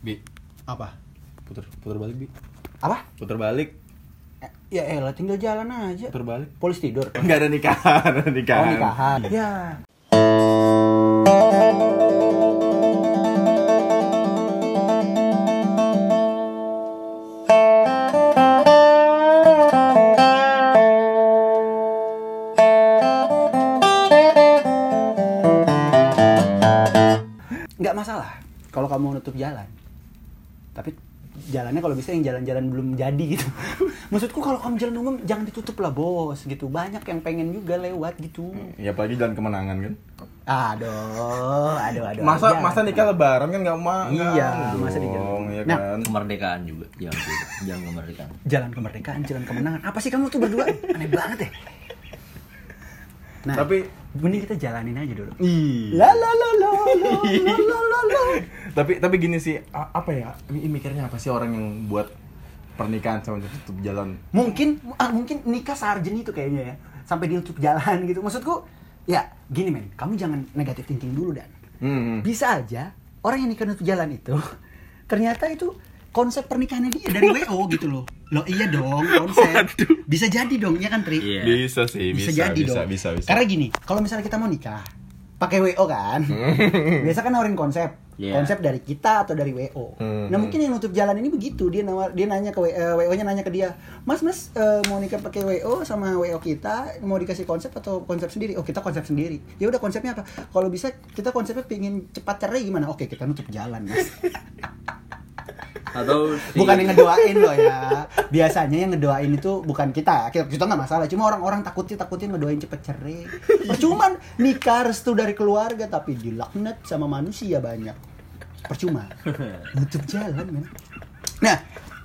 Bi, Apa? putar putar balik Bi. Apa? Putar balik. Eh, Ya elah tinggal jalan aja. Putar balik. Polis tidur. Enggak ada nikahan, ada Oh, nikahan. nikahan. Ya. Nggak masalah kalau kamu nutup jalan. Tapi jalannya kalau bisa yang jalan-jalan belum jadi gitu. Maksudku kalau kamu jalan umum jangan ditutup lah bos gitu. Banyak yang pengen juga lewat gitu. Ya apalagi jalan kemenangan kan. Aduh, aduh, aduh. Masa aduh. masa nikah lebaran kan enggak mau. Ya, Iya, masa nikah. Iya Nah. kan. kemerdekaan juga jangan tidur, jangan kemerdekaan Jalan kemerdekaan, jalan kemenangan. Apa sih kamu tuh berdua? Aneh banget ya. Nah, Tapi- Iya. mending kita jalanin aja dulu. Ih. La la la la la la la la, la. tapi tapi gini sih a- apa ya ini mikirnya apa sih orang yang buat pernikahan sama tutup jalan Mungkin ah, mungkin nikah sarjen itu kayaknya ya. Sampai ditutup jalan gitu. Maksudku, ya gini men, kamu jangan negatif thinking dulu dan. Hmm. Bisa aja orang yang nikah nutup jalan itu ternyata itu konsep pernikahannya dia dari WO gitu loh. Loh iya dong, konsep. Bisa jadi dong, ya kan Tri? Iya. bisa sih bisa bisa, jadi bisa, dong. bisa bisa Karena gini, kalau misalnya kita mau nikah, pakai WO kan. Biasa kan nawarin konsep. Iya. Konsep dari kita atau dari WO. Hmm. Nah, mungkin yang nutup jalan ini begitu, dia nawar dia nanya ke WO-nya nanya ke dia, "Mas, Mas eh, mau nikah pakai WO sama WO kita, mau dikasih konsep atau konsep sendiri?" Oh, kita konsep sendiri. Ya udah konsepnya apa? Kalau bisa kita konsepnya pingin cepat cerai gimana? Oke, kita nutup jalan, Mas. atau si- Bukan yang ngedoain loh ya. Biasanya yang ngedoain itu bukan kita. Kita kita nggak masalah. Cuma orang-orang takutnya takutin ngedoain cepet cerai. Percuma nikah restu dari keluarga tapi dilaknat sama manusia banyak. Percuma. Nutup jalan men. Nah,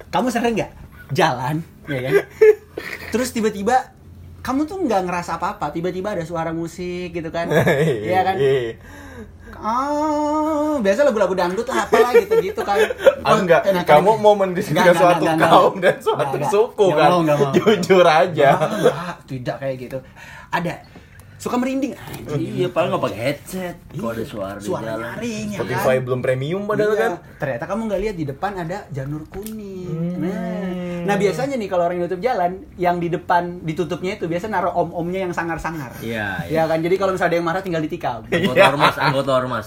kamu sering nggak jalan, ya kan? Terus tiba-tiba kamu tuh nggak ngerasa apa-apa, tiba-tiba ada suara musik gitu kan? Iya kan? Oh, biasa lagu-lagu dangdut lah apalah gitu-gitu kan. Ah, enggak, Enakan. kamu mau mendiskriminasi Enggak, enggak, suatu enggak, enggak, kaum enggak. dan suatu Enggak, enggak. suku Enggak kan? mau, enggak mau. Jujur aja. Enggak, iya kan? enggak, tidak kayak gitu. Ada suka merinding. iya paling nggak pakai headset kalau ada suara di Oh, Suara jalan nyaring ya Spotify kan? belum premium padahal Iya. kan. Ternyata kamu nggak lihat di depan ada janur Hmm. kuning. Nah, nah biasanya nih kalau orang nutup jalan, yang di depan ditutupnya itu biasa naruh om-omnya yang sangar-sangar. Iya, Ya iya. kan. Jadi kalau misalnya ada yang marah tinggal ditikam. anggota ormas anggota ormas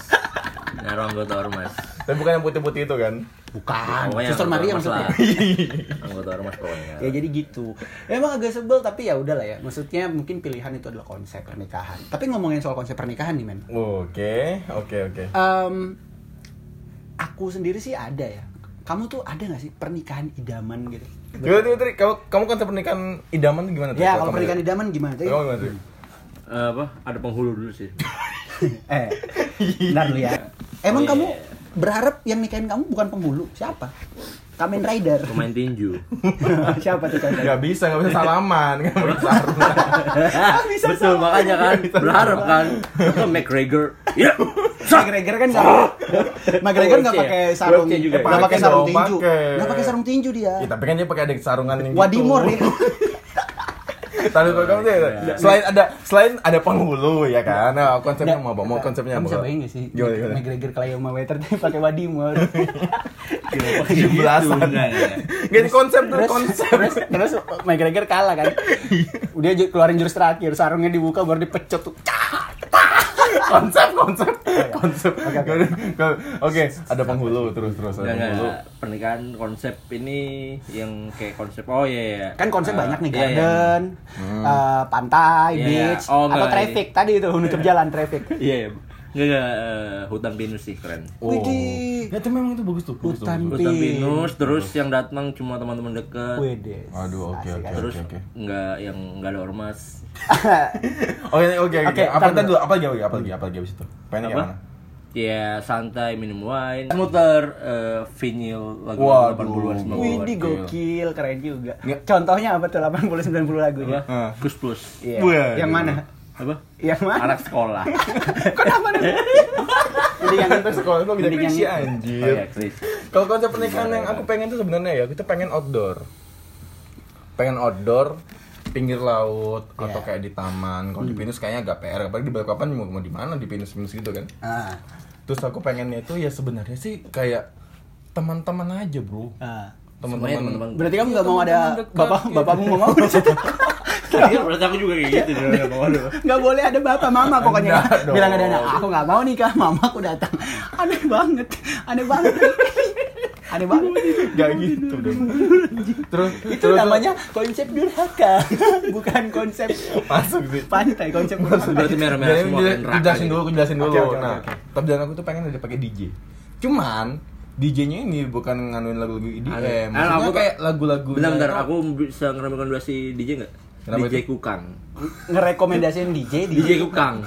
naruh anggota ormas Tapi bukan yang putih-putih itu kan. Bukan. Pokoknya Suster Ah, anggota Maria ormas maksudnya. lah. anggota ormas pokoknya ya jadi gitu emang agak sebel tapi ya udahlah ya maksudnya mungkin pilihan itu adalah konsep pernikahan tapi ngomongin soal konsep pernikahan nih men Oke, oke, oke. Em, aku sendiri sih ada ya kamu tuh ada nggak sih pernikahan idaman gitu Gimana tuh, Tri? Kamu, kamu konsep pernikahan idaman tuh gimana? tuh? ya kalau kamu- pernikahan idaman gimana tuh Kamu gimana tuh? Eh, apa ada penghulu dulu sih eh bentar dulu ya emang Oh, kamu iya. berharap yang nikahin kamu bukan penghulu siapa Kamen Rider pemain tinju siapa tuh contohnya Gak bisa, gak bisa salaman, gak bisa sarung. bisa betul sama. makanya kan berharap kan Atau McGregor ya McGregor kan nggak McGregor nggak Oh, pakai iya. sarung Iya, juga ya. nggak pakai Pakai sarung dong, tinju pakai. nggak pakai sarung tinju dia Ya, tapi kan dia pakai ada sarungan yang Wadimor ya. Gitu. Iya. Tadi kalau kamu tuh ya, selain ada selain ada penghulu ya kan. Nah, konsepnya mau apa? Mau konsepnya apa? Kamu bisa bayangin nggak sih? Gimana, gimana? McGregor Clay sama Waiter tapi pakai Wadimor. Tujuh belasan. Nah, ya. Gak ini konsep tuh terus, konsep. Iya. terus, terus McGregor kalah kan. Dia ju- keluarin jurus terakhir, sarungnya dibuka baru dipecut tuh. Cak! konsep konsep konsep Oke, oke. Ya, oke oke ada penghulu terus terus ada Nggak, nggak, penghulu nggak. pernikahan konsep ini yang kayak konsep oh iya iya Kan konsep Ah, Eh, banyak nih iya, iya. garden, Hmm. eh, pantai, Iya, beach, iya. Oh, atau enggak, traffic tadi itu nutup jalan traffic. iya iya nggak nggak eh, hutan pinus sih keren Oh. Widih. ya itu memang itu bagus tuh bagus tuh, Hutan bagus tuh. Hutan Pin. pinus terus yang datang cuma teman-teman dekat Wede. aduh oke oke terus oke oke nggak yang nggak ada ormas oke Oh, ya, oke Oke, oke apa ntar tadi dulu. dulu apa lagi apa lagi apa lagi apa lagi abis itu pengen yang Apa? mana ya santai minum wine muter eh, vinyl lagu Waduh. 80-an 90-an Gokil. Widih gokil, keren juga. Nggak. Contohnya apa tuh 80 90 lagunya? apa Ah. kus plus Iya. Waduh. Yang mana? apa Yang mana? anak sekolah Oh, Kenapa nih? Jadi yang itu Terus sekolah itu beda Mending yang Krisya itu. iya. oh, ya, anjir Chris. kalau konsep pernikahan yang aku pengen tuh sebenarnya ya kita pengen outdoor pengen outdoor pinggir laut atau Iya. kayak di taman kalau di pinus kayaknya agak PR apalagi di Balikpapan mau mau di mana di pinus pinus gitu kan Ah, Terus aku pengennya itu ya sebenarnya sih kayak teman-teman aja bro Ah. teman-teman Semuanya teman-teman. Berarti kamu nggak mau ada Teman-teman bapak dekat, bapakmu nggak mau Iya, menurut aku juga kayak gitu. Dulu, ya, Bang. Aduh. nggak boleh ada bapak mama pokoknya Enggak dong. bilang ada anak aku nggak mau nikah mama aku datang aneh banget aneh banget aneh banget gak gitu dong terus itu terus- namanya konsep durhaka bukan konsep masuk sih pantai konsep Berarti pantai merah-merah Jadi, semua jela- kayak neraka Nah, jelasin gitu. dulu, aku jelasin dulu. Oke, nah, oke, oke, oke. tapi jalan aku tuh pengen ada pakai DJ. Cuman DJ-nya ini bukan nganuin lagu-lagu Aneh. EDM, Ah, maksudnya aku kayak tuh- lagu-lagu. Bentar, bentar. Aku bisa ngerekomendasi DJ nggak? Kenapa DJ itu? Kukang. ngerekomendasiin DJ DJ DJ Kukang.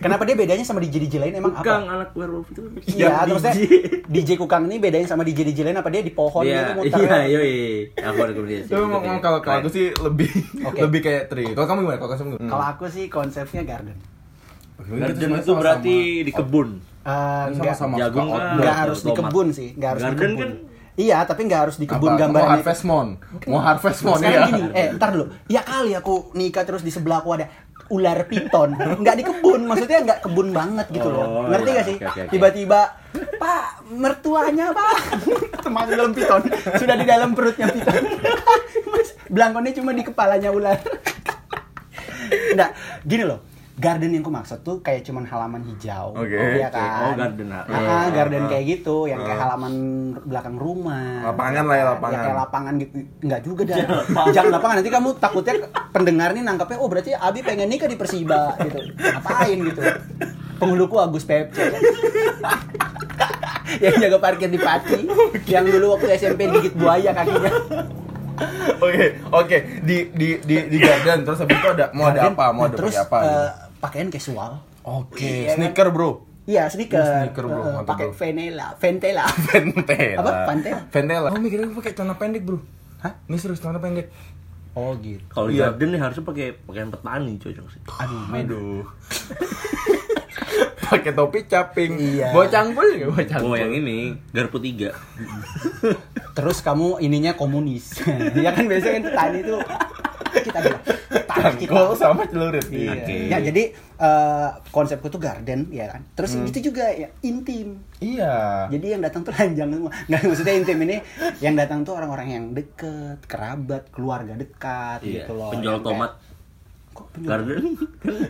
kenapa dia bedanya sama DJ DJ lain emang Kukang apa anak werewolf itu. Iya, Yang terus DJ. DJ Kukang ini bedanya sama DJ DJ lain apa dia di pohon Iya, gitu iya, muter. iya, iya. Aku rekomendasi. Tapi mau mau kalau kalau aku sih lebih Oke. lebih kayak tri. Kalau kamu gimana? Kalau kamu gimana? Kalau aku sih konsepnya garden. Garden itu berarti di kebun. Eh, enggak- sama-sama Jagung kan? nggak Atau harus di tomat. kebun sih nggak harus di Garden kebun kan- iya tapi nggak harus di kebun Mau gambarnya harvest moon, mau harvest moon ya. sekarang iya. gini eh ntar dulu ya kali aku nikah terus di sebelah aku ada ular piton nggak di kebun maksudnya nggak kebun banget gitu Oh, loh ngerti iya, nggak sih oke, oke, oke. tiba-tiba pak mertuanya pak termasuk dalam piton sudah di dalam perutnya piton Mas, belangkonnya cuma di kepalanya ular Nggak, gini loh garden yang ku maksud tuh kayak cuman halaman hijau Oke, ya oke. kan Oh, garden. Ah, Ah, garden kayak gitu yang kayak halaman belakang rumah Lapangan lah ya, lapangan. kayak lapangan gitu nggak juga dah jangan lapangan nanti kamu takutnya pendengar nih nangkapnya oh berarti Abi pengen nikah di Persiba gitu ngapain gitu penghuluku Agus Pepce yang jaga parkir di Pati yang dulu waktu SMP digigit buaya kakinya Oke, oke. Di di di di garden terus habis itu ada mau ada Garden. apa? Mau Nah, ada terus pakai apa? gitu. eh, pakaian casual Oke, iya kan? sneaker bro. Iya, sneaker. Oh, Sneaker, bro. Eh, Mantap, pakai bro. Venela, Ventela. Ventela. Apa? Pantela? Ventela. Kamu mikirnya gue pakai celana pendek, Bro. Hah? Ini serius celana pendek. Oh gitu. Kalau Iya. garden nih harusnya pakai pakaian petani cocok sih. Aduh, men. Aduh. pakai topi caping. Iya. Bawa cangkul juga bawa cangkul. Oh yang ini garpu tiga. Terus kamu ininya komunis. ya kan biasanya kan petani itu kita bilang tanah kita. Cangkul sama celurit. Iya. Oke. Ya jadi eh, konsepku tuh garden ya kan. Terus Hmm. itu juga ya intim. Iya. Ah. Jadi yang datang tuh ranjang semua. Nggak maksudnya intim ini yang datang tuh orang-orang yang deket, kerabat, keluarga dekat Iya. gitu loh. Yang Penjual kayak- tomat. Kok penjual Garden.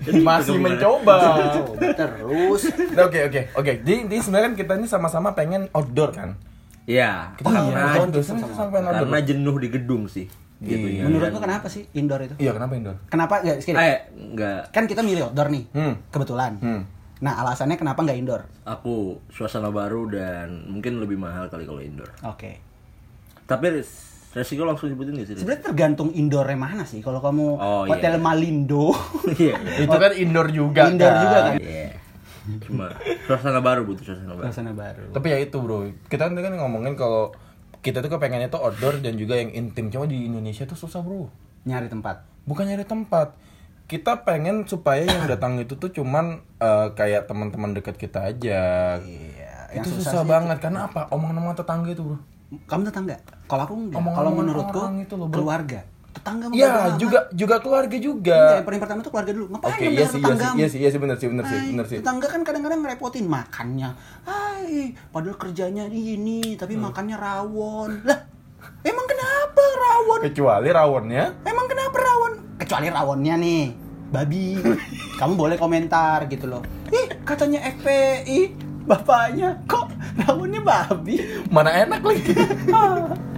Kan Masih Bagaimana? mencoba. Coba terus. Nah, Oke oke oke. Jadi, jadi sebenarnya kan kita ini sama-sama pengen outdoor kan. Iya. Kita sama karena pengen outdoor, sama sama pengen outdoor. karena jenuh di gedung sih. Gitu Iya. ya. Menurutmu kenapa sih indoor itu? Iya kenapa indoor? Kenapa nggak sekali? Eh enggak. Kan kita milih outdoor nih. Hmm. Kebetulan. Hmm. Nah, alasannya kenapa nggak indoor? Aku suasana baru dan mungkin lebih mahal kali kalau indoor. Oke. Tapi res- resiko langsung sebutin gak sih? Ris? Sebenarnya tergantung indoornya mana sih. Kalau kamu Oh, iya. hotel Malindo, Iya. Itu kan indoor juga. Indoor kan? juga kan? Iya. Cuma suasana baru butuh suasana baru. suasana baru. Tapi ya itu bro, kita kan tadi kan ngomongin kalau kita tuh kepengennya tuh outdoor dan juga yang intim. Cuma di Indonesia tuh susah bro. Nyari tempat. Bukan nyari tempat. Kita pengen supaya yang datang itu tuh cuman eh, kayak teman-teman dekat kita aja. Iya, yang itu susah susah sih banget karena apa? Omongan-omongan tetangga itu bro. Kamu tetangga? Kalau aku enggak. Omongan Kalau orang menurutku itu loh, Bro. keluarga. Tetangga Iya. mau Iya berapa? juga juga keluarga Enggak, juga. yang paling pertama tuh keluarga dulu. Ngapain Oke iya yang sih bayar iya sih tetanggamu? iya sih iya sih benar sih benar sih Hai, benar sih. Tetangga kan kadang-kadang ngerepotin makannya. Hai, padahal kerjanya ini, tapi Hmm. makannya rawon. Lah, emang kenapa rawon? Kecuali rawonnya. Emang kenapa rawon? Kecuali rawonnya nih, babi. Kamu boleh komentar gitu loh. Ih, katanya FPI, bapaknya kok rawonnya babi? Mana enak lagi.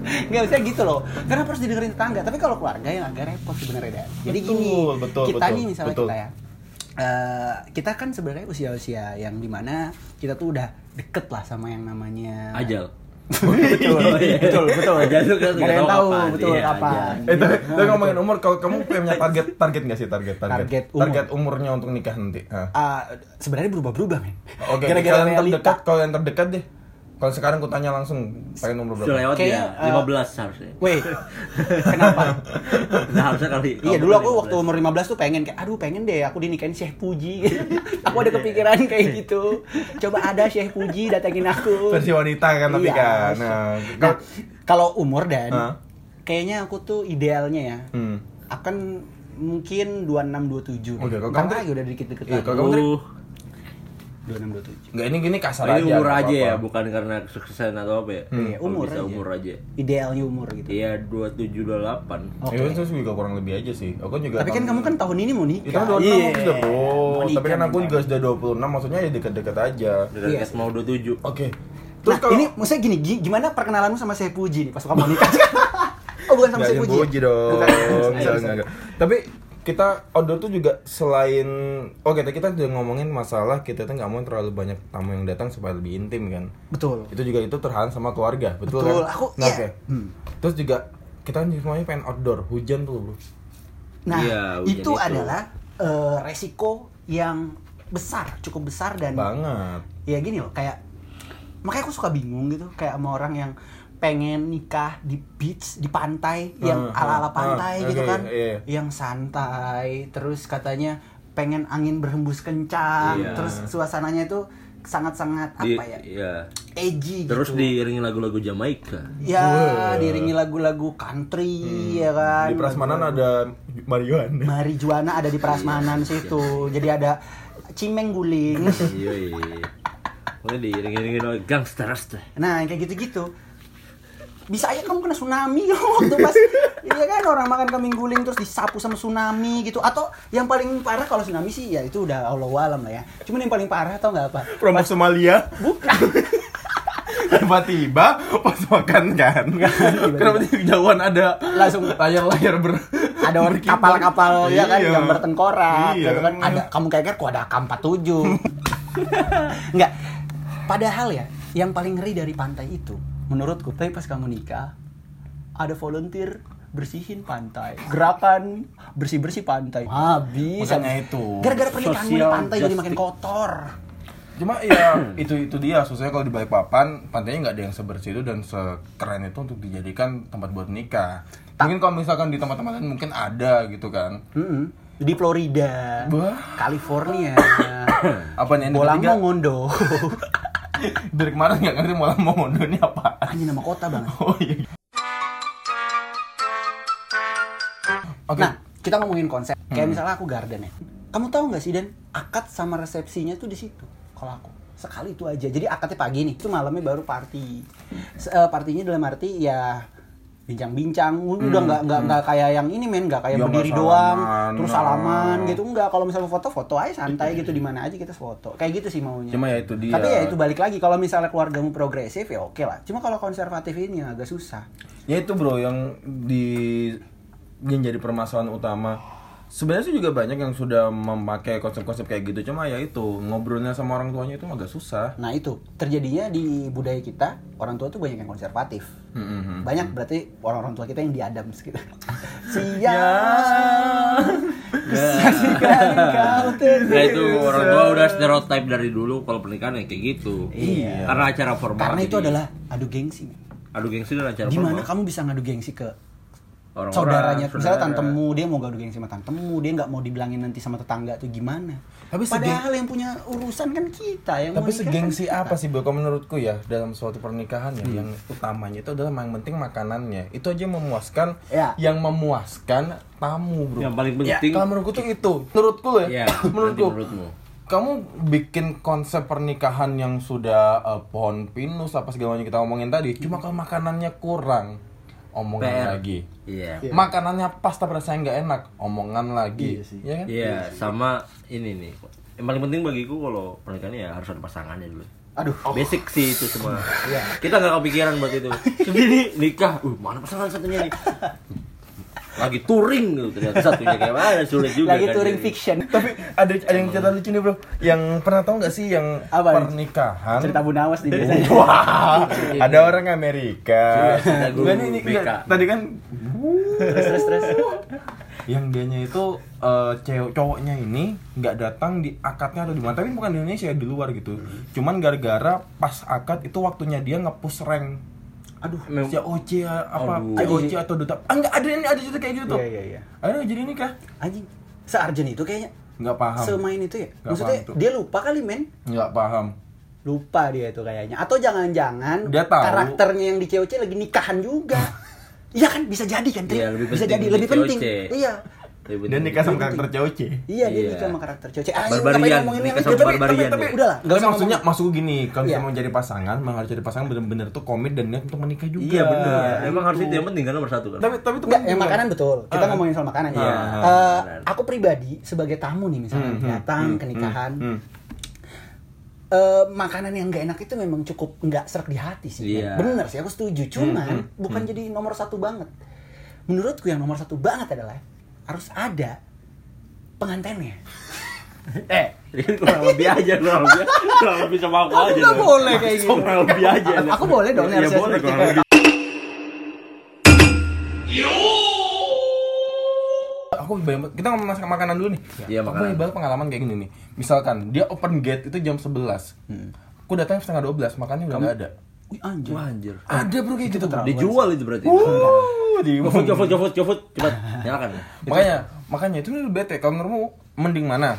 Nggak usah gitu loh. Karena harus didengerin tetangga. Tapi kalau keluarga yang agak repot sebenarnya. Dan. Jadi Betul, gini, betul, kita betul, nih misalnya betul. kita ya. eh, kita kan sebenarnya usia-usia yang dimana kita tuh udah deket lah sama yang namanya Ajal. betul betul betul Ajal tuh kan Nggak ada yang nggak tahu kapan. betul Iya, kapan ajal. Eh tapi, tapi ngomongin umur, kalau kamu punya target target nggak sih target target gitu. Target umur. target umurnya untuk nikah nanti? Hah. Ah, sebenarnya berubah-berubah men Oke, gara-gara kalau yang terdekat, realita kalau yang terdekat deh. Kalau sekarang ku tanya langsung pengen umur Sudah berapa? lewat Kayaknya, ya. eh, 15 harusnya. Weh, kenapa? Nah, harusnya kali. Iya dulu aku waktu umur 15 tuh pengen kayak aduh pengen deh aku dinikahin Syekh Puji. aku ada kepikiran kayak gitu. Coba ada Syekh Puji datengin aku. Versi wanita kan tapi Iya, kan. Syekh. Nah, Nah, kau- kalau umur dan Hah? kayaknya aku tuh idealnya ya Hmm. akan mungkin 26 27. Oke, kalau kamu Ntar tuh- lagi udah dikit-dikit Iya, lagi. kalau kamu Uh, 26 27. Enggak ini gini kasar Ini aja. umur nggak aja ya, apa-apa. bukan karena kesuksesan atau apa ya. Iya, Kalau umur bisa aja. umur aja. Idealnya umur gitu. Iya, 27 28. Oke. Ya itu juga kurang lebih aja sih. Aku juga Tapi kan kamu kan tahun ini mau nikah. Kita kan 26 Iya. aku sudah bro. Mau Tapi nikah kan aku bentar. juga sudah 26 maksudnya ya deket-deket aja. Dengan Iya. yes. mau 27. Oke. Terus Terus nah, kalau ini maksudnya gini, gi- gimana perkenalanmu sama saya Puji nih pas kamu nikah? oh, bukan sama Jangan saya Puji. ya? puji dong. Bukan. Jangan, Sorry, sorry. jangan. Tapi kita outdoor tuh juga selain oke kita udah ngomongin masalah kita tuh nggak mau terlalu banyak tamu yang datang supaya lebih intim kan. Betul. Itu juga itu terhalang sama keluarga, betul, Betul, kan? aku- Nah, iya. oke. Hmm. Terus juga kita kan semuanya pengen outdoor, hujan tuh, Bro. Nah, Iya, hujan itu, itu. adalah eh, resiko yang besar, cukup besar dan Banget. ya gini loh, kayak makanya aku suka bingung gitu kayak sama orang yang pengen nikah di beach, di pantai, yang Ah, ala-ala ah, ah, pantai gitu oke, kan. iya. Yang santai, terus katanya pengen angin berhembus kencang, Iya. terus suasananya itu sangat-sangat Di- apa ya? Iya. edgy Terus gitu. diiringi lagu-lagu Jamaika. ya Wah. Hmm. diringi lagu-lagu country ya kan Di prasmanan ada Marion. marijuana ada di prasmanan situ jadi ada cimeng guling Iya, iya. Pokoknya diiringi-iringi oleh gangster rasta. nah kayak gitu-gitu bisa aja kamu kena tsunami waktu pas iya kan orang makan kambing guling terus disapu sama tsunami gitu atau yang paling parah kalau tsunami sih ya itu udah Allah alam lah ya cuman yang paling parah tau nggak apa Promo Somalia. bukan Tiba-tiba pas makan kan. tiba-tiba. Kenapa di kejauhan ada Langsung. layar-layar ber ada orang berkibar. kapal-kapal ya kan Iya. gambar tengkorak Iya. gitu kan ada kamu kayak kok ada AK 47 enggak padahal ya yang paling ngeri dari pantai itu menurutku tapi pas kamu nikah ada volunteer bersihin pantai gerakan bersih bersih pantai habis Makanya habis. itu. gara-gara pernikahanmu di Social pantai jadi makin justice. kotor Cuma ya itu itu dia susahnya kalau di Balikpapan pantainya nggak ada yang sebersih itu dan sekeren itu untuk dijadikan tempat buat nikah. Mungkin kalau misalkan di tempat-tempat lain mungkin ada gitu kan. Mm-mm. di Florida Wah. California Apanya yang bolang ketiga? mongondo Dari kemarin nggak ngerti malah mau ngondo ini apa. ini nama kota banget Oh iya. Oke. Hmm. Nah, kita ngomongin konsep. Kayak misalnya aku garden ya. Kamu tahu nggak sih Dan akad sama resepsinya tuh di situ. Kalau aku sekali itu aja. Jadi akadnya pagi nih, itu malamnya baru party. Se- eh, partinya dalam arti ya bincang-bincang udah nggak nggak nggak kayak yang ini men nggak kayak Hmm, Ya, nggak berdiri doang salaman, terus nah. salaman gitu nggak kalau misalnya foto foto aja santai gitu di mana aja kita foto kayak gitu sih maunya Cuma ya itu dia. tapi ya itu balik lagi kalau misalnya keluargamu progresif ya oke lah cuma kalau konservatif ini agak susah ya itu bro yang di yang jadi permasalahan utama sebenarnya sih juga banyak yang sudah memakai konsep-konsep kayak gitu cuma ya itu ngobrolnya sama orang tuanya itu agak susah Nah itu terjadinya di budaya kita orang tua tuh banyak yang konservatif. Mm-hmm. Hmm. Mm-mm. Banyak berarti orang-orang tua kita yang diadam gitu. Ya. Siap. Saksikan kau Ya itu tertidur. orang tua udah stereotype dari dulu kalau pernikahan ya kayak gitu. Iya. Karena acara formal. Karena itu jadi- adalah adu gengsi. Aduh gengsi adalah acara Di mana formal. kamu bisa ngadu gengsi ke Ya, Orang-orang, saudaranya? Misalnya saudara. tantemu dia mau ngadu gengsi sama tantemu, dia nggak mau dibilangin nanti sama tetangga tuh gimana? Tapi sege- Padahal yang punya urusan kan kita yang mau tapi nikah kan segengsi kita. apa sih bro kalau menurutku ya dalam suatu pernikahan ya yang utamanya itu adalah yang penting makanannya itu aja yang memuaskan Ya. yang memuaskan tamu bro Yang paling Ya, penting- kalau menurutku tuh itu menurutku loh Ya, ya, nanti menurutku menurutmu. kamu bikin konsep pernikahan yang sudah eh, pohon pinus apa segala macam yang kita omongin tadi cuma kalau makanannya kurang omongan PR. lagi Iya. makanannya pas tapi rasanya nggak enak omongan lagi Iya sih. ya kan? Iya, sama ini nih. Yang paling penting bagiku kalau pernikahan ya harus ada pasangannya dulu. Aduh. Basic sih itu semua. Iya. Kita nggak kepikiran buat itu. Sendiri nikah, uh mana pasangan satunya nih? Lagi touring gitu ternyata satunya kayak mana sulit juga. Lagi kan, touring jadi. fiction. tapi ada ada yang cerita lucu nih bro Iya. yang pernah tahu nggak sih yang Apa? pernikahan Cerita Bu Iya. Nawas nih biasanya. Wah, ada orang Iya, Amerika. Sudah, sudah, Enggak, guru ini- ini- BK. enggak. Tadi kan Terus terus terus. yang dianya itu eh, cewek cowoknya ini nggak datang di akadnya atau di mana tapi bukan di Indonesia di luar gitu Hmm. cuman gara-gara pas akad itu waktunya dia nge-push rank Aduh. si OC apa Aduh. OC atau duta ah, enggak ada ini ada cerita kayak gitu tuh Iya, iya, iya. akhirnya jadi nikah Anjing, searjen itu kayaknya nggak paham semain itu ya. Nggak Maksudnya paham tuh. dia lupa kali men. nggak paham Lupa dia itu kayaknya. Atau jangan-jangan Dia tahu. karakternya yang di COC lagi nikahan juga. Iya kan bisa jadi kan, Tri? Iya, lebih bisa penting jadi di lebih COC. penting. Iya. Ribut. Dan nikah sama karakter cewek. Iya, dia Iya. nikah sama karakter cewek. Ah, Barbarian, nikah sama barbarian Tapi, dia. udah lah. Enggak maksudnya maksudku gini, kalau kita Iya. mau cari pasangan, memang harus cari pasangan bener-bener tuh komit dan niat untuk menikah juga. Iya benar. gitu. Emang harus itu yang penting kan nomor satu kan. Tapi tapi itu Enggak, penting, kan? yang Ah. makanan betul. Kita ngomongin soal makanan. ya. Iya. Eh, Makanan. aku pribadi sebagai tamu nih misalnya datang ke nikahan. hmm. eh, makanan yang nggak enak itu memang cukup nggak serak di hati sih. Iya. Bener sih, aku setuju. Cuman bukan jadi nomor satu banget. Menurutku yang nomor satu banget adalah harus ada pengantennya. eh, Ini Iya, kurang lebih aja, kurang lebih, kurang lebih sama aku Aku aja. nggak dong. boleh kayak Maksud gitu. Kurang lebih aja. Aku- aku boleh dong, Iya, harusnya boleh seperti kurang kayak- lebih. hmm. aku banyak banget- kita ngomong masak makanan dulu nih Iya, aku makanan. banyak banget pengalaman kayak gini nih misalkan dia open gate itu jam 11 Hmm. aku datang setengah 12 makannya udah nggak ada wih anjir. Wah anjir. ada bro kayak gitu Dijual itu berarti. Uh. Wuh, Uh, di- Cofut, cofut, cofut, cofut. Cepat, nyalakan. makanya makanya itu udah bete kalau menurutmu mending mana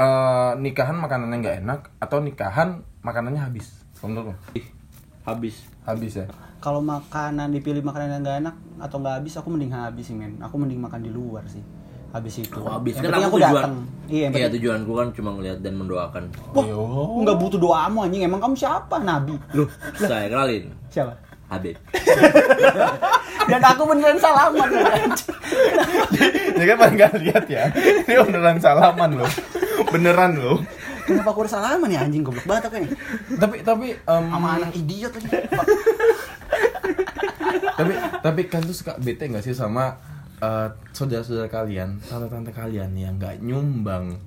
Eh, nikahan makanannya nggak enak atau nikahan makanannya habis Kalau menurutmu Ih, Habis. habis ya Kalau makanan dipilih makanan yang nggak enak atau nggak habis, aku mending habis sih men. Aku mending makan di luar sih. Habis itu. Aku habis. Yang Kan penting aku tujuan. datang. Iya, yang Iya, penting- tujuanku kan cuma ngeliat dan mendoakan. Wah, Ayo. nggak butuh doamu anjing. Emang kamu siapa? Nabi. Loh, saya kenalin. Siapa? Habib. Dan aku beneran salaman. anjing. ini kan paling nggak lihat ya ini beneran salaman loh beneran loh Kenapa aku harus salaman ya anjing goblok banget aku ini. tapi tapi em, Sama anak idiot lagi. tapi tapi kan tuh suka bete nggak sih sama eh, saudara-saudara kalian tante-tante kalian yang nggak nyumbang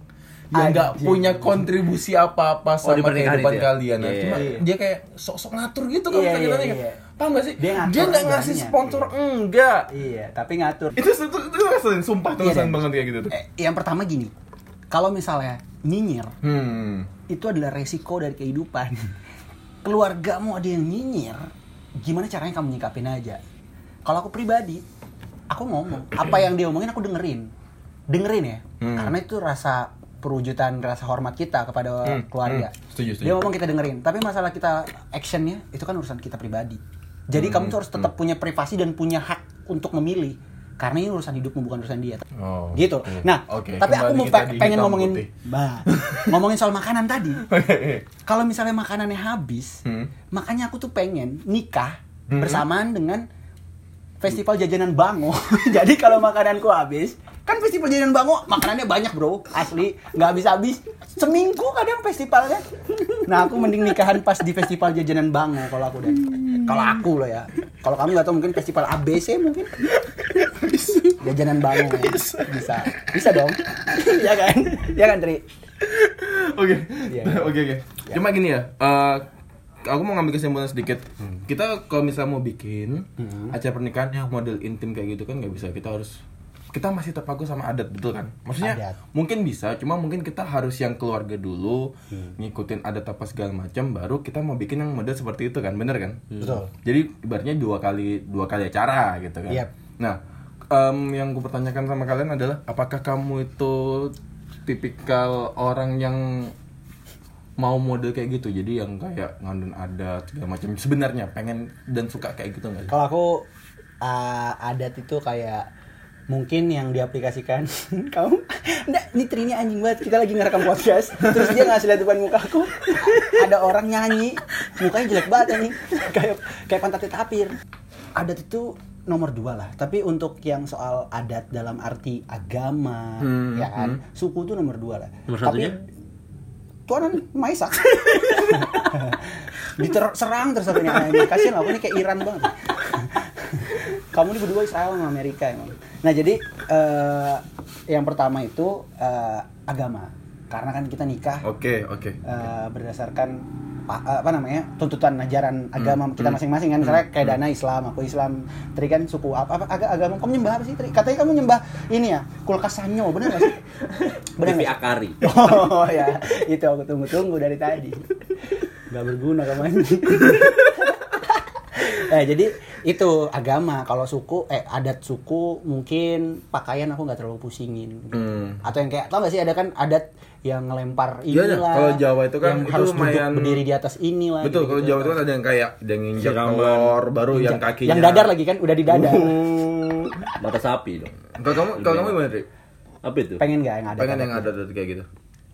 yang nggak Anjing. punya kontribusi apa-apa di sama pernikahan kehidupan itu ya? kalian ya. Iya, Cuma iya. dia kayak sok-sok ngatur gitu kan Iya, kita iya, nih kan. iya. Paham gak sih? Dia ngatur Dia nggak ngasih segalanya. sponsor enggak. Iya, tapi ngatur. Itu itu, itu, itu ngeselin, sumpah itu Iya, ngeselin Dan. banget kayak gitu tuh. Eh, yang pertama gini. Kalau misalnya nyinyir, Hmm. itu adalah resiko dari kehidupan. Keluargamu ada yang nyinyir, gimana caranya kamu nyikapin aja? Kalau aku pribadi, aku ngomong, apa yang dia omongin aku dengerin. Dengerin ya, Hmm. karena itu rasa perwujudan rasa hormat kita kepada Hmm, keluarga. hmm, setuju, setuju. Dia ngomong kita dengerin, tapi masalah kita actionnya itu kan urusan kita pribadi. Jadi kamu Hmm. tuh harus tetap punya privasi dan punya hak untuk memilih. Karena ini urusan hidupmu bukan urusan dia Oh, gitu. oke. Nah, Oke, tapi aku kembali mau kita pe- di pengen hitam ngomongin putih. Bah, ngomongin soal makanan tadi. Kalau misalnya makanannya habis, Hmm. makanya aku tuh pengen nikah Hmm. bersamaan dengan festival jajanan Bango. Jadi kalau makananku habis, kan festival jajanan Bango makanannya banyak, Bro. Asli, nggak habis-habis. Seminggu kadang festivalnya. Nah, aku mending nikahan pas di festival jajanan Bango kalau aku deh. Kalau aku loh ya. Kalau kamu nggak tahu mungkin festival ABC mungkin jajanan bangun bisa bisa dong ya kan ya kan Tri Oke, Iya. oke, oke. Cuma gini ya, eh, aku mau ngambil kesimpulan sedikit. Hmm. Kita kalau misalnya mau bikin acara pernikahan yang model intim kayak gitu kan nggak bisa. Kita harus kita masih terpaku sama adat betul kan? Maksudnya Adat. mungkin bisa, cuma mungkin kita harus yang keluarga dulu Hmm. ngikutin adat apa segala macam, baru kita mau bikin yang model seperti itu kan, bener kan? Betul. Jadi ibaratnya dua kali dua kali acara gitu kan? Yap. Nah, em, yang gue pertanyakan sama kalian adalah apakah kamu itu tipikal orang yang mau model kayak gitu jadi yang kayak ngandun adat segala macam sebenarnya pengen dan suka kayak gitu nggak sih? kalau aku uh, adat itu kayak mungkin yang diaplikasikan kamu enggak ini Tri ini anjing banget kita lagi ngerekam podcast terus dia ngasih lihat depan muka aku ada orang nyanyi mukanya jelek banget anjing kayak kayak pantatnya tapir adat itu nomor dua lah tapi untuk yang soal adat dalam arti agama Hmm, ya kan suku itu nomor dua lah Nomor tapi satunya? Tuanan Maisak Diterserang terus aku ini anaknya Kasian lah, aku ini kayak Iran banget Kamu ini berdua Israel sama Amerika emang Nah jadi eh, Yang pertama itu eh, Agama Karena kan kita nikah Oke oke. eh, Berdasarkan pa- eh, apa namanya tuntutan ajaran Hmm. agama kita masing-masing kan misalnya kayak dana Islam aku Islam Tri kan suku apa, apa aga- agama kamu nyembah apa sih Tri katanya kamu nyembah ini ya kulkas sanyo bener gak sih bener Devi gak sih? Akari. Oh ya, itu aku tunggu-tunggu dari tadi. Gak berguna kamu anjing. Eh, jadi itu agama kalau suku eh adat suku mungkin pakaian aku nggak terlalu pusingin Hmm. atau yang kayak tau gak sih ada kan adat yang ngelempar Iya, inilah iya. Kalau Jawa itu kan yang itu harus duduk lumayan- berdiri di atas inilah gitu. Betul kalau gitu-gitu. Jawa itu kan ada yang kayak ada yang injak Siraman. telur baru yang Injak- kakinya. yang dadar lagi kan udah di dada Uh, Mata sapi dong. Kalau kamu, kalau kamu gimana, Dri? Apa itu? Pengen nggak yang ada? Pengen yang ada dari kayak gitu.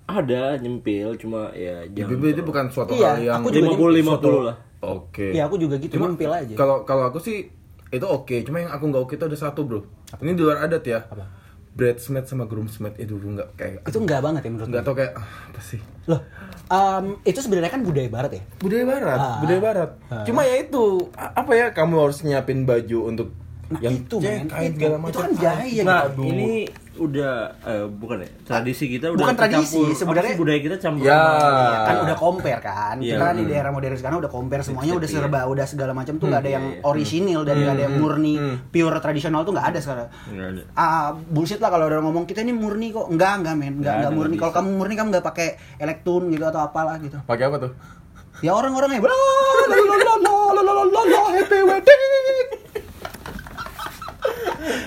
Ada nyempil cuma ya Di jangan. BB itu bukan suatu Iya, hal yang aku juga 50 50 lah. Oke. Iya, aku juga gitu, Cuma nyempil aja. Kalau kalau aku sih itu oke, cuma yang aku nggak oke itu ada satu, Bro. Ini di luar adat ya. Apa? Bridesmaid sama groomsmaid itu dulu nggak kayak Itu nggak banget ya menurut nggak gue. tau kayak ah, apa sih Loh, em, itu sebenarnya kan budaya barat ya. budaya barat Ah. budaya barat cuma ya itu a- apa ya kamu harus nyiapin baju untuk Nah, yang itu, cek, men. kain Itu- segala itu macam kan jahil. Nah, Aduh. ini udah eh, bukan ya tradisi kita udah Bukan tradisi, tercampur. Apa sih, sebenarnya- budaya kita campur. Ya. sama- Ah. kan udah compare kan Iya, kita kan di daerah modern sekarang udah compare semuanya udah Iya. serba udah segala macam tuh nggak ada yang iya, iya. orisinil dan nggak ada yang murni Hmm. pure tradisional tuh nggak ada sekarang Nggak ada. ah bullshit lah kalau orang ngomong kita ini murni kok nggak nggak men nggak Nggak nggak ada, murni nggak kalau bisa. kamu murni kamu nggak pakai elektron gitu atau apalah gitu pakai apa tuh ya orang-orangnya "Bla, la, la, la, la, la, la, la, la, happy wedding."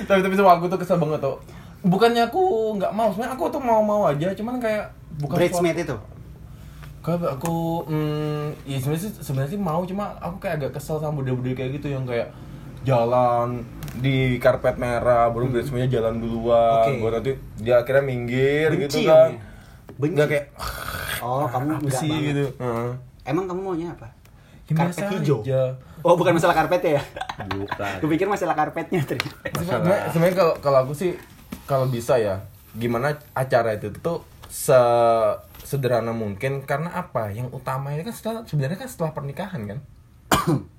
tapi tapi tuh aku tuh kesel banget tuh bukannya aku nggak mau sebenarnya aku tuh mau mau aja cuman kayak bukan bridesmaid itu Kalau aku mm, ya sebenarnya sih- sebenarnya sih mau cuma aku kayak agak kesel sama budaya-budaya kayak gitu yang kayak jalan di karpet merah baru semuanya jalan duluan Hmm. Oke. gua nanti dia akhirnya minggir gitu benci kan ya benci nggak kayak oh kamu apa nggak sih banget gitu Heeh. emang kamu maunya apa Ya, karpet biasa hijau aja. Eh, oh bukan masalah karpetnya ya Bukan. gue pikir masalah karpetnya tadi Sebenarnya- sebenarnya kalau kalau aku sih kalau bisa ya gimana acara itu tuh se sederhana mungkin karena apa yang utama ini kan setelah- sebenarnya kan setelah pernikahan kan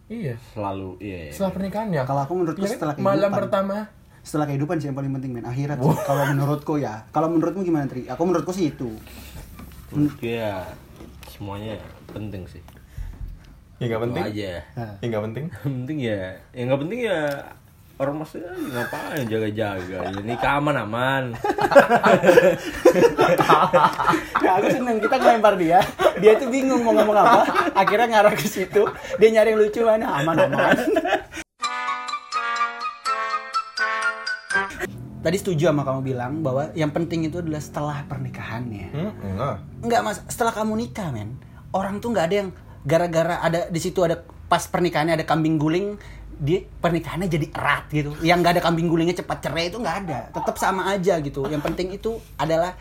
iya Selalu iya. iya. setelah pernikahan ya Kalau aku menurutku Iya kan? setelah malam kehidupan. pertama setelah kehidupan sih yang paling penting men akhirat sih. kalau menurutku ya kalau menurutmu gimana tri aku menurutku sih itu Menurutku ya semuanya penting sih. ya nggak penting Itu aja. Nah, ya nggak penting Yang penting ya, yang nggak penting ya orang maksudnya "Ah, ngapain jaga-jaga Ya, ini keaman aman nah, aku seneng kita ngelempar dia dia tuh bingung mau ngomong apa akhirnya ngarah ke situ dia nyari yang lucu mana aman aman tadi setuju sama kamu bilang bahwa yang penting itu adalah setelah ya. pernikahannya hmm, enggak Enggak mas, setelah kamu nikah men, orang tuh nggak ada yang gara-gara ada di situ ada pas pernikahannya ada kambing guling, dia pernikahannya jadi erat gitu. Yang nggak ada kambing gulingnya cepat cerai itu nggak ada, tetap sama aja gitu. Yang penting itu adalah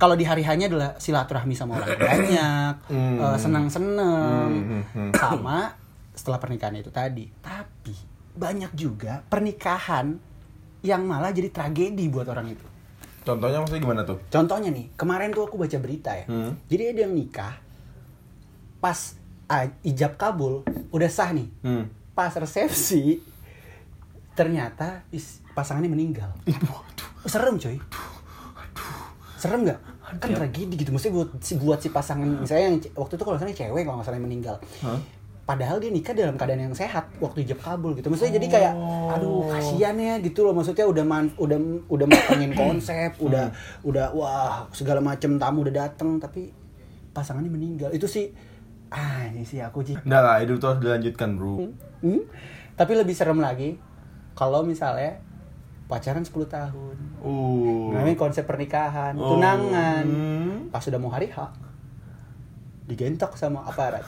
kalau di hari hanya adalah silaturahmi sama orang banyak, Hmm. eh, seneng-seneng, Hmm, hmm, hmm. sama setelah pernikahan itu tadi. Tapi banyak juga pernikahan yang malah jadi tragedi buat orang itu. contohnya maksudnya gimana tuh Contohnya nih, kemarin tuh aku baca berita ya. Hmm. Jadi ada yang nikah pas ah, ijab kabul udah sah nih. hmm. Pas resepsi ternyata is- pasangannya meninggal. Serem coy. Serem nggak? Kan tragedi gitu. Maksudnya buat si buat si pasangan misalnya yang ce- waktu itu kalau nggak salah yang cewek kalau nggak salah yang meninggal. Padahal dia nikah dalam keadaan yang sehat waktu ijab kabul gitu. Maksudnya jadi kayak aduh kasihan ya gitu loh. Maksudnya udah man, udah udah matengin konsep, udah udah wah segala macem tamu udah dateng tapi pasangannya meninggal. Itu sih ah ini sih aku sih. Nggak lah hidup tuh harus dilanjutkan bro Hmm? Tapi lebih serem lagi kalau misalnya pacaran 10 tahun. uh Ngalamin konsep pernikahan, Oh. tunangan. Hmm. Pas sudah mau hari H digentok sama aparat.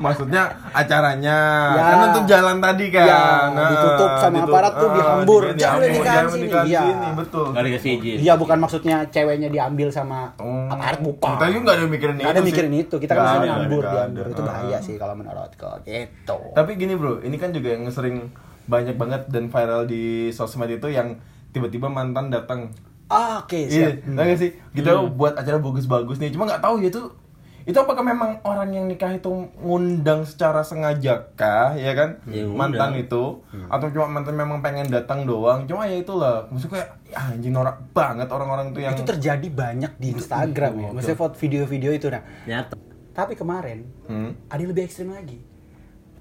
maksudnya acaranya Ya. kan untuk jalan tadi kan Ya, ditutup sama aparat tuh, Ah, dihambur. di- Jangan dihambur, nikahan jangan sini. nikahan Iya. sini, betul nggak dikasih izin Iya, bukan maksudnya ceweknya diambil sama Oh. aparat bukan. Kita juga nggak ada mikirin Nggak ada itu sih. mikirin itu. Kita kan Nggak misalnya ada, ngambur, nggak diambur. ada. Itu bahaya Ah. sih kalau menurutku. Gitu. Tapi gini bro, ini kan juga yang sering banyak banget dan viral di sosmed itu yang tiba-tiba mantan datang. Oke, siap. Iya, hmm. tau gak sih? Kita buat acara bagus-bagus nih, cuma nggak tahu ya itu itu apakah memang orang yang nikah itu ngundang secara sengaja kah ya kan Ya, mantan ngundang. Hmm. itu atau cuma mantan memang pengen datang doang cuma ya itulah maksudnya kayak "Ya, anjing norak banget orang-orang tuh yang Itu terjadi banyak di Instagram ya. Betul. Maksudnya foto video-video itu nah. nyata Tapi kemarin Hmm. ada yang lebih ekstrim lagi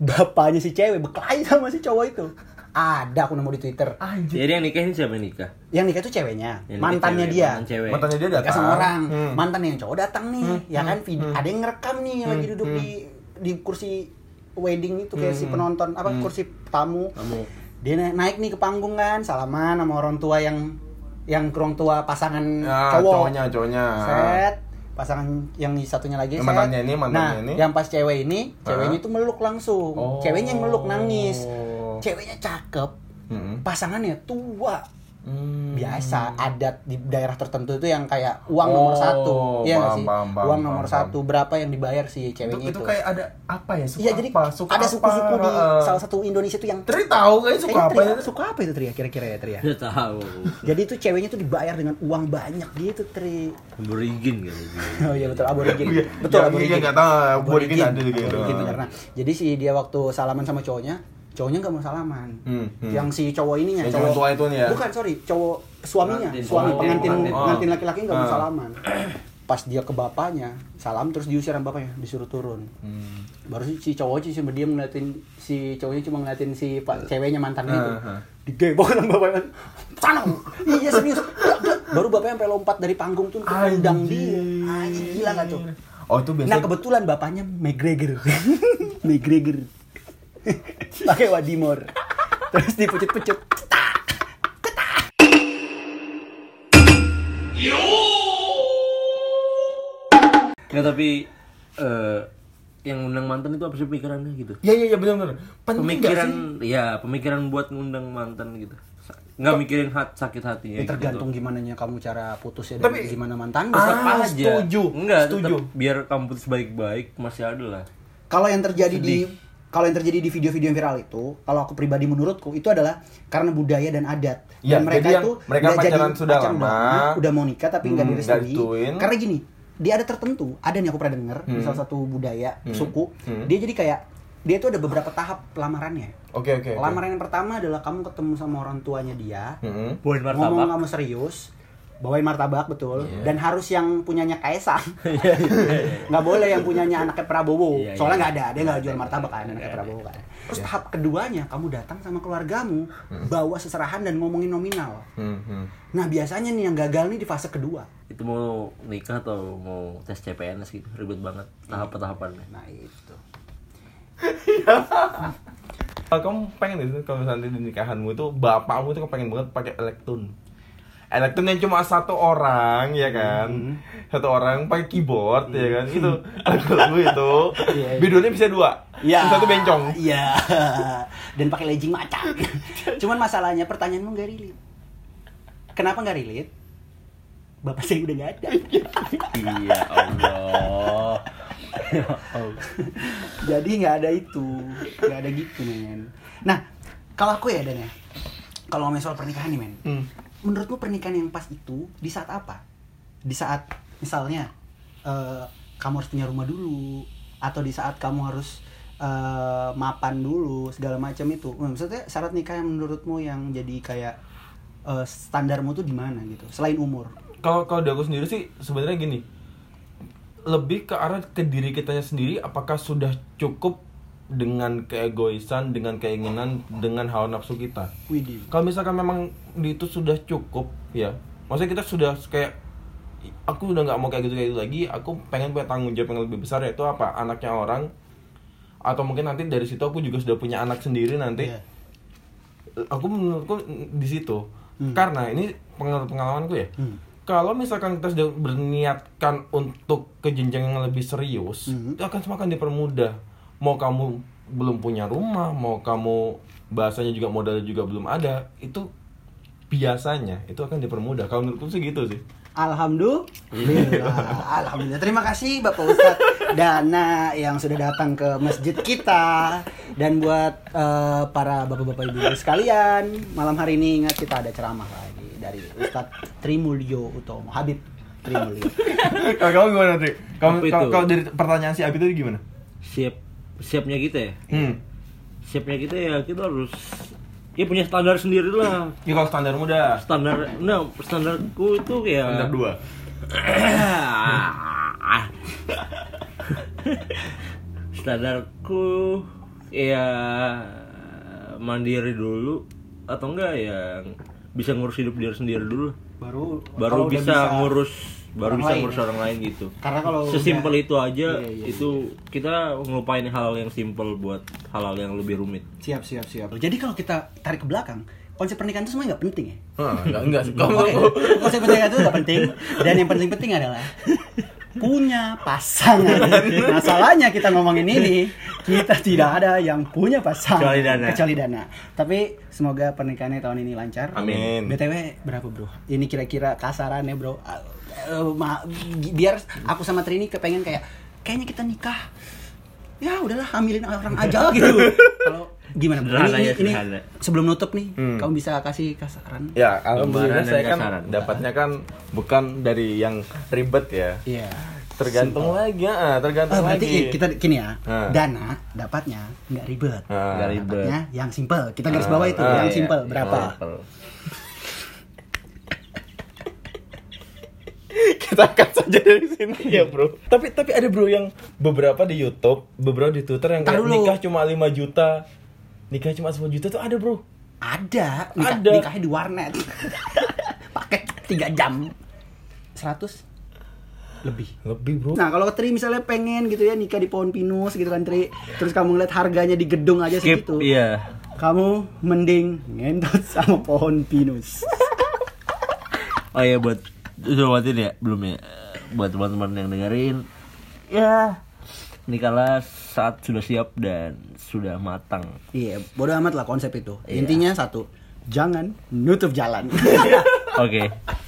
bapaknya si cewek berkelahi sama si cowok itu ada aku nemu di twitter Anjing. jadi yang nikahin siapa yang nikah yang nikah itu ceweknya Yang nikah mantannya cewek, dia mantan cewek. Mantannya dia nikah datang. sama orang Hmm. mantannya yang cowok datang nih ya kan vid- ada yang ngerekam nih yang lagi duduk di di kursi wedding itu kayak si penonton apa kursi tamu kamu dia na- naik nih ke panggung kan salaman sama orang tua yang yang ke orang tua pasangan Ya, cowok cowoknya, cowoknya. set pasangan yang satunya Ah. lagi Yang set. mantannya ini, mantannya nah, ini. yang pas cewek ini ceweknya Hah? itu meluk langsung Oh. ceweknya yang meluk nangis ceweknya cakep Mm-mm. pasangannya tua Hmm. biasa adat di daerah tertentu itu yang kayak uang Oh, nomor satu Iya nggak paham, sih paham, paham, uang nomor paham, paham. satu berapa yang dibayar si itu, ceweknya itu itu, kayak ada apa ya suku iya jadi apa suku ada apa, suku-suku di eh, salah satu Indonesia itu yang Tri tahu kayaknya suku Kayaknya apa Tri- ya suku apa itu Tri ya kira-kira ya Tri ya Udah tahu. jadi itu ceweknya itu dibayar dengan uang banyak gitu Tri Aborigin kali dia. Oh iya betul aborigin. Iya, betul iya, aborigin. iya, nggak tahu, aborigin ada juga. gitu. Aborigin, benar. Nah, jadi si dia waktu salaman sama cowoknya, cowoknya nggak mau salaman. Hmm, hmm. Yang si cowok ininya, Yang cowok tua itu nih ya? Bukan, sorry, cowok suaminya, Pengantin. suami Oh, pengantin pengantin. pengantin laki-laki nggak mau Ah. salaman. Pas dia ke bapaknya, salam terus diusir sama bapaknya, disuruh turun. Hmm. Baru si- si cowok sih cuma dia ngeliatin si cowoknya cuma ngeliatin si pak ceweknya mantannya itu. Eh. Ah, ah. Digebok sama bapaknya. Sana. Iya serius. Dak, dak. Baru bapaknya sampai lompat dari panggung tuh untuk nendang dia. Anjir, gila gak tuh? Oh itu biasanya Nah kebetulan bapaknya McGregor McGregor Pakai Wadimor Terus dipucet-pucet Cetak. Cetak. Nggak, Ya, tapi eh, yang undang mantan itu apa sih pikirannya gitu? Iya iya iya benar benar. Penting Pemikiran, ya pemikiran buat ngundang mantan gitu. Sa- Nggak mikirin hat, sakit hatinya. Ya, gitu. tergantung gimana kamu cara putusnya dan Tapi- gimana mantan Ah, Tetap aja. setuju, Enggak, setuju. tetap biar kamu putus baik-baik masih ada lah. Kalau yang terjadi di kalau yang terjadi di video-video yang viral itu, kalau aku pribadi menurutku itu adalah karena budaya dan adat. Iya, dan mereka jadi yang- itu mereka nggak jadi pacaran sudah pacaran lama. udah mau nikah tapi nggak Hmm, direstui. nggak dituin. Hmm. Karena gini, di adat tertentu, ada nih aku pernah denger di salah satu budaya suku, dia jadi kayak dia itu ada beberapa tahap lamarannya. Oke oke. Hmm. oke. Lamaran yang pertama adalah kamu ketemu sama orang tuanya dia, Mm-mm. Buat ngomong kamu serius, bawain martabak betul, Iya. dan harus yang punyanya Kaisang. nggak boleh yang punyanya anaknya Prabowo, Iya, soalnya iya. nggak ada, dia nggak jual martabak kan anaknya Prabowo kan. Iya. Terus tahap keduanya kamu datang sama keluargamu, bawa seserahan dan ngomongin nominal. Hmm, hmm. Nah biasanya nih yang gagal nih di fase kedua. Itu mau nikah atau mau tes CPNS gitu, ribet banget tahap-tahapannya. Nah itu. Kalau kamu pengen itu kalau misalnya nanti di nikahanmu itu bapakmu itu kepengen banget pakai elektron. Elektron yang cuma satu orang ya kan, satu orang pakai keyboard ya kan itu lagu itu Iya, iya. bedonnya bisa dua, yang satu bencong. Iya. Dan pakai legging macan. Cuman masalahnya pertanyaanmu nggak relate. Kenapa nggak relate? Bapak saya udah nggak ada. Iya Allah. Ya Allah. Jadi nggak ada itu, nggak ada gitu men. Nah, kalau aku ya Dan ya, kalau ngomongin soal pernikahan nih men, Hmm. menurutmu pernikahan yang pas itu di saat apa? Di saat misalnya eh, kamu harus punya rumah dulu, atau di saat kamu harus eh, mapan dulu segala macam itu. Nah, Maksudnya syarat nikah yang menurutmu yang jadi kayak eh, standarmu tuh di mana gitu? Selain umur. Kalau kalau dari aku sendiri sih sebenarnya gini, lebih ke arah ke diri kitanya sendiri apakah sudah cukup dengan keegoisan, dengan keinginan, dengan hawa nafsu kita. Widih. kalau misalkan memang di itu sudah cukup ya maksudnya kita sudah kayak "I- aku udah nggak mau kayak gitu kayak gitu lagi aku pengen punya tanggung jawab yang lebih besar yaitu apa anaknya orang atau mungkin nanti dari situ aku juga sudah punya anak sendiri nanti Iya. aku menurutku di situ karena ini pengal- pengalamanku ya kalau misalkan kita sudah berniatkan untuk ke jenjang yang lebih serius itu akan semakin dipermudah mau kamu belum punya rumah mau kamu bahasanya juga modalnya juga belum ada itu biasanya itu akan dipermudah kalau menurutku sih gitu sih Alhamdulillah. Alhamdulillah. Terima kasih Bapak Ustadz Dana yang sudah datang ke masjid kita dan buat eh, para bapak-bapak ibu sekalian malam hari ini ingat kita ada ceramah lagi dari Ustadz Trimulyo Utomo Habib Trimulyo. kalau kamu gimana sih kamu Apa itu? kalau- kalau dari pertanyaan si Abi tadi gimana Siap siapnya kita ya? hmm Siapnya kita ya kita harus ya punya standar sendiri lah. ya kalau standar muda Standar nah standarku itu ya standar dua standarku ya mandiri dulu atau enggak ya bisa ngurus hidup dia sendiri dulu Baru kalau baru udah bisa, ngurus orang baru bisa lain. ngurus orang lain gitu Karena kalau sesimpel udah- itu aja Iya, iya, itu kita ngelupain hal yang simpel buat hal yang lebih rumit siap siap siap. Jadi kalau kita tarik ke belakang konsep pernikahan itu semuanya nggak penting ya. Hah, enggak enggak sih kamu Oh. Oke, konsep pernikahan itu gak penting dan yang penting-penting adalah punya pasangan. Masalahnya kita ngomongin ini, kita tidak ada yang punya pasangan Kecuali Dana. Kecuali Dana. Tapi semoga pernikahannya tahun ini lancar. Amin. BTW berapa, Bro? Ini kira-kira kasarannya, Bro. Eh, eh, ma- biar aku sama Trini kepengen kayak kayaknya kita nikah. Ya udahlah, hamilin orang aja gitu. Kalau gimana, Bro? Sederhana Ini, ya, ini, sederhana. sebelum nutup nih, kamu bisa kasih kasaran? Hmm. Ya, alhamdulillah Gambaran dan saya kan kasaran. dapatnya kan bukan dari yang ribet ya. Iya. Tergantung lagi, ah, tergantung Oh, berarti lagi. i- kita gini ya, Ah. dana dapatnya nggak ribet. Ah. Nggak ribet. Dapatnya yang simple. Kita garis bawah itu, Ah, yang iya. simple berapa? Simple. kita angkat saja dari sini ya, Bro. Tapi tapi ada Bro yang beberapa di YouTube, beberapa di Twitter yang Tar kayak dulu. nikah cuma 5 juta. Nikah cuma 10 juta tuh ada, Bro. Ada, nikah, Ada. nikahnya di warnet. Pakai 3 jam. 100 lebih. Lebih, Bro. Nah, kalau Tri misalnya pengen gitu ya nikah di pohon pinus gitu kan Tri, terus kamu ngeliat harganya di gedung aja Skip, segitu. iya. Kamu mending ngentot sama pohon pinus. Oh iya buat sudah buatin ya belum ya buat teman-teman yang dengerin ya nikahlah saat sudah siap dan sudah matang. Iya, Iya. bodo amat lah konsep itu. Intinya satu, jangan nutup jalan. Oke.